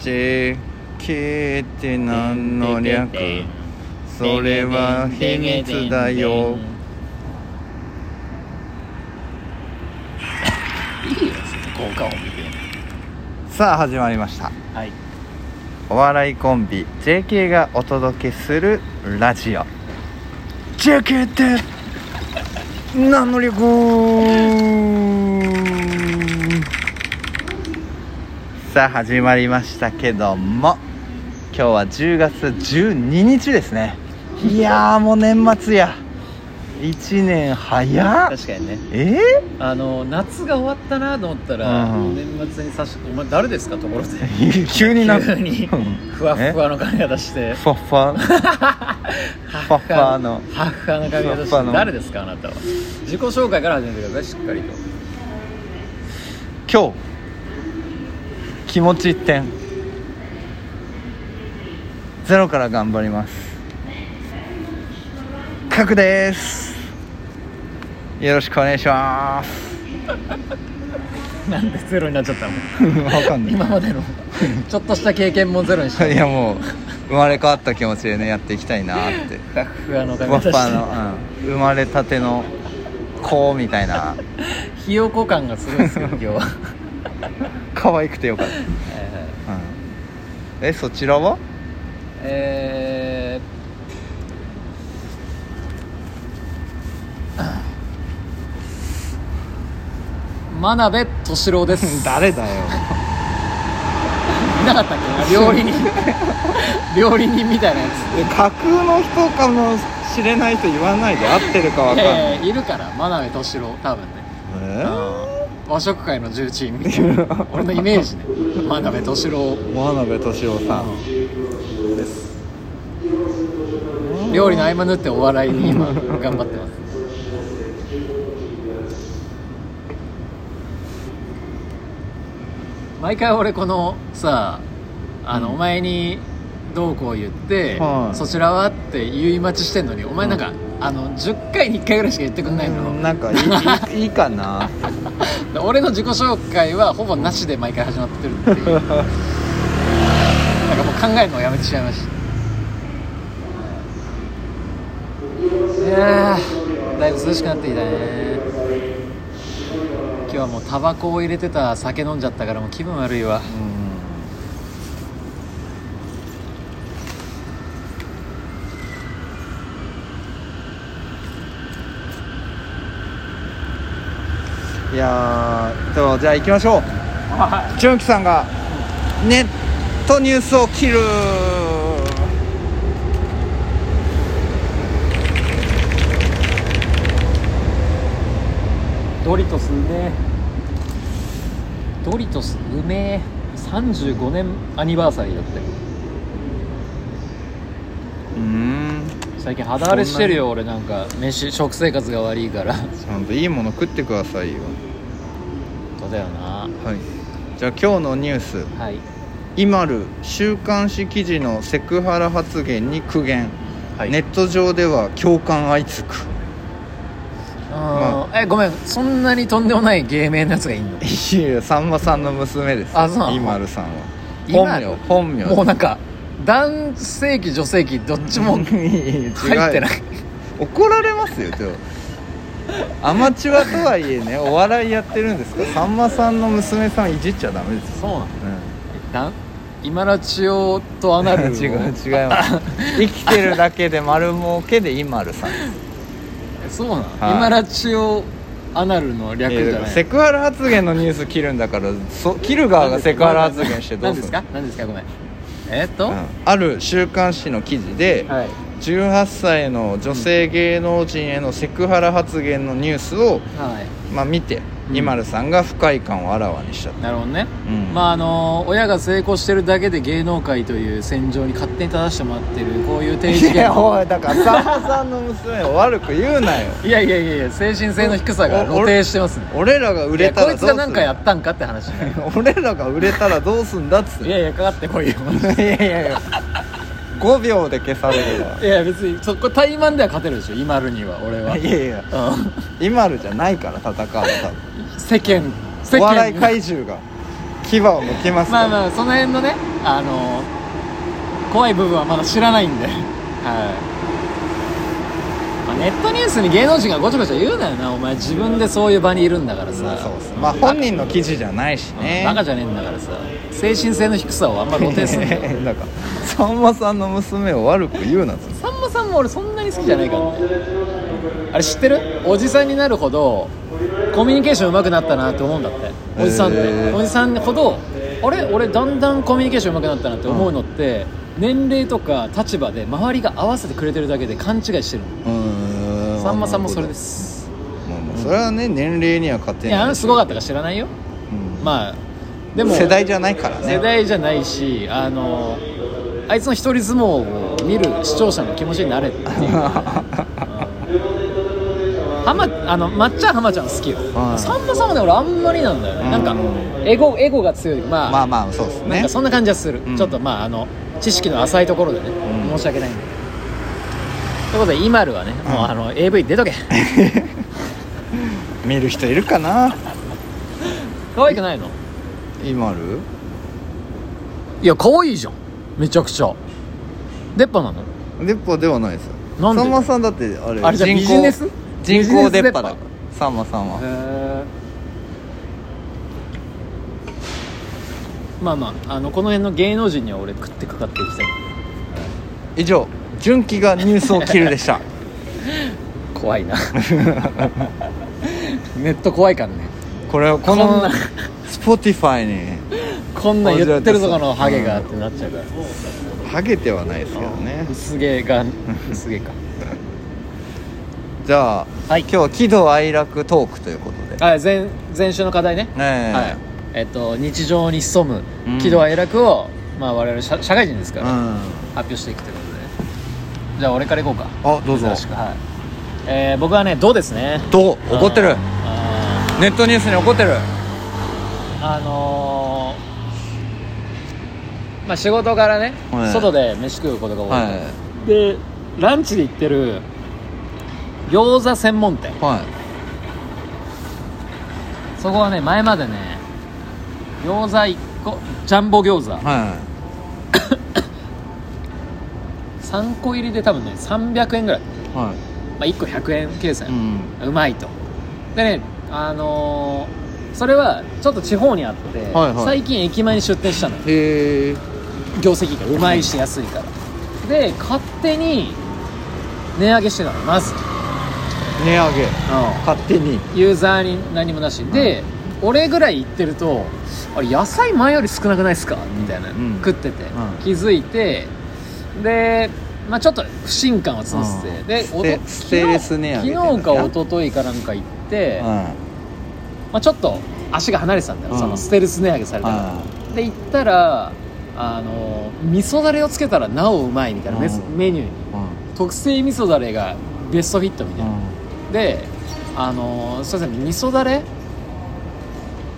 ち消えてなんの略それは秘密だよいいですね効果音でねさあ始まりましたはいお笑いコンビ JK がお届けするラジオ JK って何の略さあ始まりましたけども今日は10月12日ですねいやーもう年末や1年早っ 確かにねえあの夏が終わったなと思ったらうん年末にさしお前誰ですかところでー、急にな急にふわふわの髪型してファッファハッファッファのハッファの髪型ファッファしての誰ですかあなたは自己紹介から始めてくださいしっかりと今日気持ち一点ゼロから頑張ります角ですよろしくお願いしますなんでゼロになっちゃったのわかんない今までのちょっとした経験もゼロにしていやもう生まれ変わった気持ちでねやっていきたいな ってふわふわのふ髪わふ型しわての、うん、生まれたての子みたいなひよこ感がすごいですけど今日は はい可愛くてよかった、うんはいえそちらはえー真鍋敏郎で す誰だよいなかったっ け料理人料理人みたいなやつえ架空の人かもしれないと言わないで合ってるかわかんいない、やいやいるから真鍋敏郎多分ねえうん和食界の重鎮みたい な俺のイメージね真鍋敏郎ー、真鍋敏郎さん、料理の合間縫ってお笑い に今頑張ってます毎回俺このさあの、お前にどうこう言って、はいそちらはって言い待ちしてんのにお前なんか、あの10回に1回ぐらいしか言ってくんないの、うんなんかいいいいか なで 俺の自己紹介はほぼなしで毎回始まってるっていうなんかもう考えるのをやめてしまいましたいやーだいぶ涼しくなってきたね今日はもうタバコを入れてた酒飲んじゃったからもう気分悪いわいやーとじゃあ行きましょう純喜さんがネットニュースを切るドリトスうめえドリトスうめえ35年アニバーサリーだってうーん最近肌荒れしてるよ俺なんか飯食生活が悪いからちゃんといいもの食ってくださいよそうだよなはいじゃあ今日のニュースはいイマル週刊誌記事のセクハラ発言に苦言、はいネット上では共感相次ぐあーえごめんそんなにとんでもない芸名のやつがいんのいやいやさんまさんの娘ですあそうなのイマルさんはイマル本名本名もうなんか男性器女性器どっ ちも入入ってない怒られますよ今日アマチュアとはいえねお笑いやってるんですからさんまさんの娘さんいじっちゃダメですよ、そうなのうなん今ラチオとアん、ナルを違う違います生きてるだけで丸儲けでイマルさんですそうなの、はい今ラチオアナルの略じいやだかゃならいセクハラ発言のニュース切るんだからそ切る側がセクハラ発言してどう何でするすか何ですかごめんえーっと、うんある週刊誌の記事で、はい18歳の女性芸能人へのセクハラ発言のニュースを、はいまあ、見て、うんイマルさんが不快感をあらわにしちゃったなるほどね、うんまああの親が成功してるだけで芸能界という戦場に勝手に立たせてもらってるこういう定義いや権おいだからさんまさんの娘を悪く言うなよいやいやいやいや精神性の低さが露呈してますね俺らが売いやれたらこどいうつすがん何かやったんかって話になる 俺らが売れたらどうすんだっつっていやいやかかってこいよ いやいやいや5秒で消される いや別にそこ怠慢では勝てるでしょ今るには俺はわいやいやうイマルじゃないから戦うの多ん世間分世お笑い間怪獣が牙を向きますかまらあまあその辺のねあの怖い部分はまだ知らないんではい、まあ、ネットニュースに芸能人がごちゃごちゃ言うなよなお前自分でそういう場にいるんだからさそうそうまあ本人の記事じゃないしねバカじゃねえんだからさ精神性の低さをあんま露呈すんだ よなんかさんまさんの娘を悪く言うなとさんまさんも俺そんなに好きじゃないからねあれ知ってるおじさんになるほどコミュニケーション上手くなったなって思うんだっておじさんって、へーおじさんほどあれ俺だんだんコミュニケーション上手くなったなって思うのって、年齢とか立場で周りが合わせてくれてるだけで勘違いしてるのうんさんまさんもそれですまあまあそれはね年齢には勝ていないやあのすごかったか知らないようんまあでも世代じゃないからね世代じゃないしあのあいつの一人相撲を見る視聴者の気持ちになれっていう浜あのまっちゃん浜ちゃん好きよ、はいさんまさんはね俺あんまりなんだよね、うんなんかエゴエゴが強いま あ、まあまあそうですなんねかそんな感じはする、うんちょっとまああの知識の浅いところでね、うん申し訳ないんだけどということでイマルはね、もうあの AV 出と け見る人いるかな可愛くないの今あるいや可愛いじゃんめちゃくちゃ出っ歯なの出っ歯ではないですよなんでさんまさんだってあれあれじゃあ人工ビジネス人工出っ歯だかビジネらス出っさんまさんはまあまああのこの辺の芸能人には俺食ってかかっていきたい以上純喜がニュースを切るでした怖いな ネット怖いからね これをここんのな Spotify にこんなん言ってるぞこのハゲがってなっちゃうからハゲてはないですけどね薄毛が 薄毛かじゃあ、はい今日は喜怒哀楽トークということであ前前週の課題ねねえはいえっと日常に潜むうん喜怒哀楽を、まあ我々社社会人ですから、う発表していくということでじゃあ俺からいこうかんあどうぞ珍しくはい、えー僕はね「ど」ですねどう怒ってるあネットニュースに怒ってるーあのーまあ仕事からね、はい外で飯食うことが多い、はでランチで行ってる餃子専門店いはそこはね前までね餃子1個ジャンボ餃子、いは3個入りで多分ね300円ぐらい、いはまあ、1個100円計算い、うんうまいとでねあのーそれはちょっと地方にあって、はいはい最近駅前に出店したのよへえ業績がうまいし安いからで勝手に値上げしてたのまず、値上げ勝手にユーザーに何もなしで、俺ぐらい行ってるとあれ野菜前より少なくないですかみたいな、うん食ってて、うん気づいてで、まあ、ちょっと不信感は募ってて、うんでスおテとステレス値上げみ昨日たいな昨日か一昨日かなんか行って、はまあ、ちょっと足が離れてたんだよ、うんそのステルス値上げされたから、で行ったらあの味噌だれをつけたらなおうまいみたいなメス、うんメニューにいうん特製味噌だれがベストフィットみたいな、うで「あのーすいません味噌だれ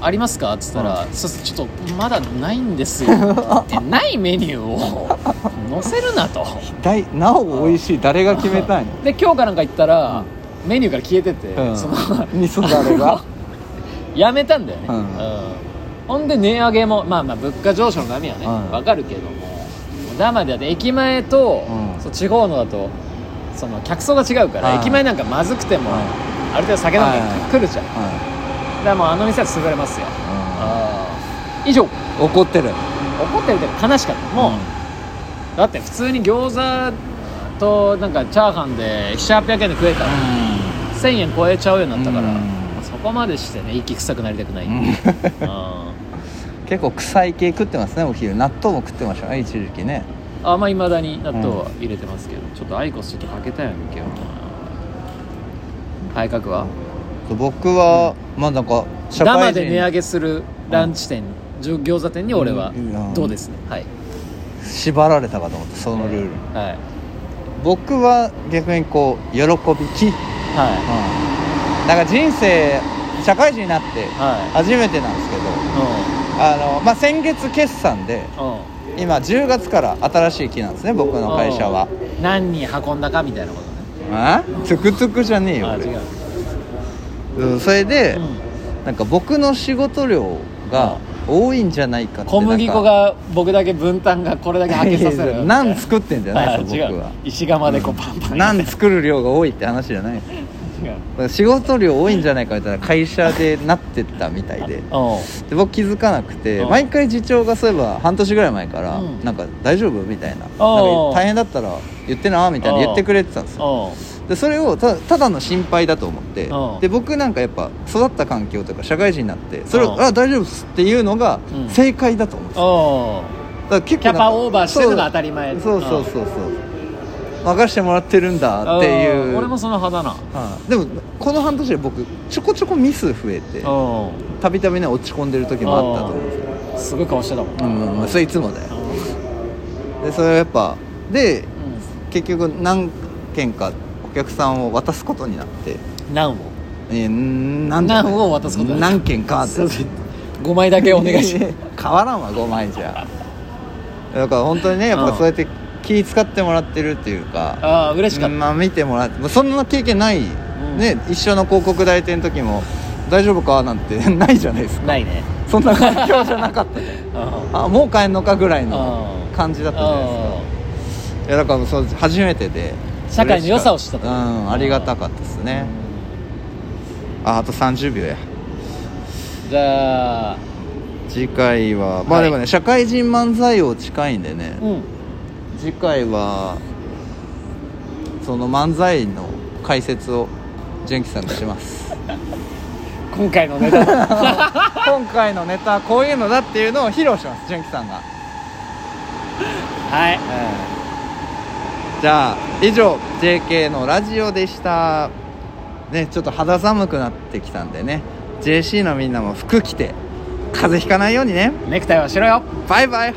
ありますか?」っつったら「そうですちょっとまだないん ですよ」ってないメニューを載せるなとんだいなお美味しい誰が決めたいので今日かなんか行ったら、メニューから消えてて、うん その味噌だれ がやめたんだよね、うんほんで値上げもまあまあ物価上昇の波はね、うわんかるけどもだまでだって駅前と、うんそう地方のだとその客層が違うから、はい駅前なんかまずくても、はいある程度酒飲んで来るじゃん、はだからもうあの店は潰れますよ、あー以上怒い怒ってるってるけど悲しかったもう、だって普通に餃子となんかチャーハンで700800円で食えたら、1000円超えちゃうようになったから、うんそこまでしてね息臭くなりたくない、うん うん結構臭い系食ってますねお昼納豆も食ってましたね一時期ねあまあいまだに納豆は入れてますけど、ちょっとアイコスちょっとかけたいよね今日は書くは僕はまあなんか社生会で値上人げするランチ店、じょ餃子店に俺はうんどうですね、はい縛られたかと思ってそのルールにはい僕は逆にこう喜びき、うん、はなんか人生社会人になっては初めてなんですけど、いあのまあ、先月決算でうんうん今10月から新しい機なんですね僕の会社はうん何人運んだかみたいなことねあトゥクトゥクじゃねえよあ違う俺、うん、それで、うんなんか僕の仕事量がう多いんじゃないかって小麦粉が僕だけ分担がこれだけ開けさせる何作ってんじゃ ないですよあ違僕うは石窯でこうパンパン に何作る量が多いって話じゃないです違う仕事量多いんじゃないかみたいな会社でなってったみたいでおうで僕気づかなくてうん毎回次長がそういえば半年ぐらい前からう「んなんか大丈夫?」みたいな「なんかおー大変だったら言ってな」みたいな言ってくれてたんですよおうでそれをたただの心配だと思ってうんで僕なんかやっぱ育った環境というか社会人になってそれうを「んあ大丈夫っす」っていうのがうん正解だと思ってただおうから結構キなャんパかオーバーしてるのが当たり前そうそうそうそうそう任してもらってるんだっていんう俺もその派だなはいでもこの半年で僕ちょこちょこミス増えておうたびたびね落ち込んでる時もあったと思うんですよすごい顔してたもんうな、んうんそれいつもだようでそれはやっぱでん結局何件かお客さんを渡すことになってナウをえー、何ナンを渡すことになる何件かってそうそう5枚だけお願いし 変わらんわ5枚じゃだから本当にねやっうぱんそうやって気使ってもらってるっていうかああ嬉しかった、まあ見てもらってそんな経験ない、んね一緒の広告代理店の時も大丈夫かなんて ないじゃないですかないねそんな環境じゃなかったね ああもう帰んのかぐらいのうん感じだったじゃないですかいやだからそう初めてで社会の良さを知ったうとんありがたかったですねああと30秒やじゃあ次回はまあはいでもね、社会人漫才王近いんでね、うん次回はその漫才の解説を純喜さんがします 今回のネタ だ今回のネタはこういうのだっていうのを披露します純喜さんが、はいじゃあ以上 JK のラジオでしたねちょっと肌寒くなってきたんでね JC のみんなも服着て風邪ひかないようにねネクタイはしろよバイバイ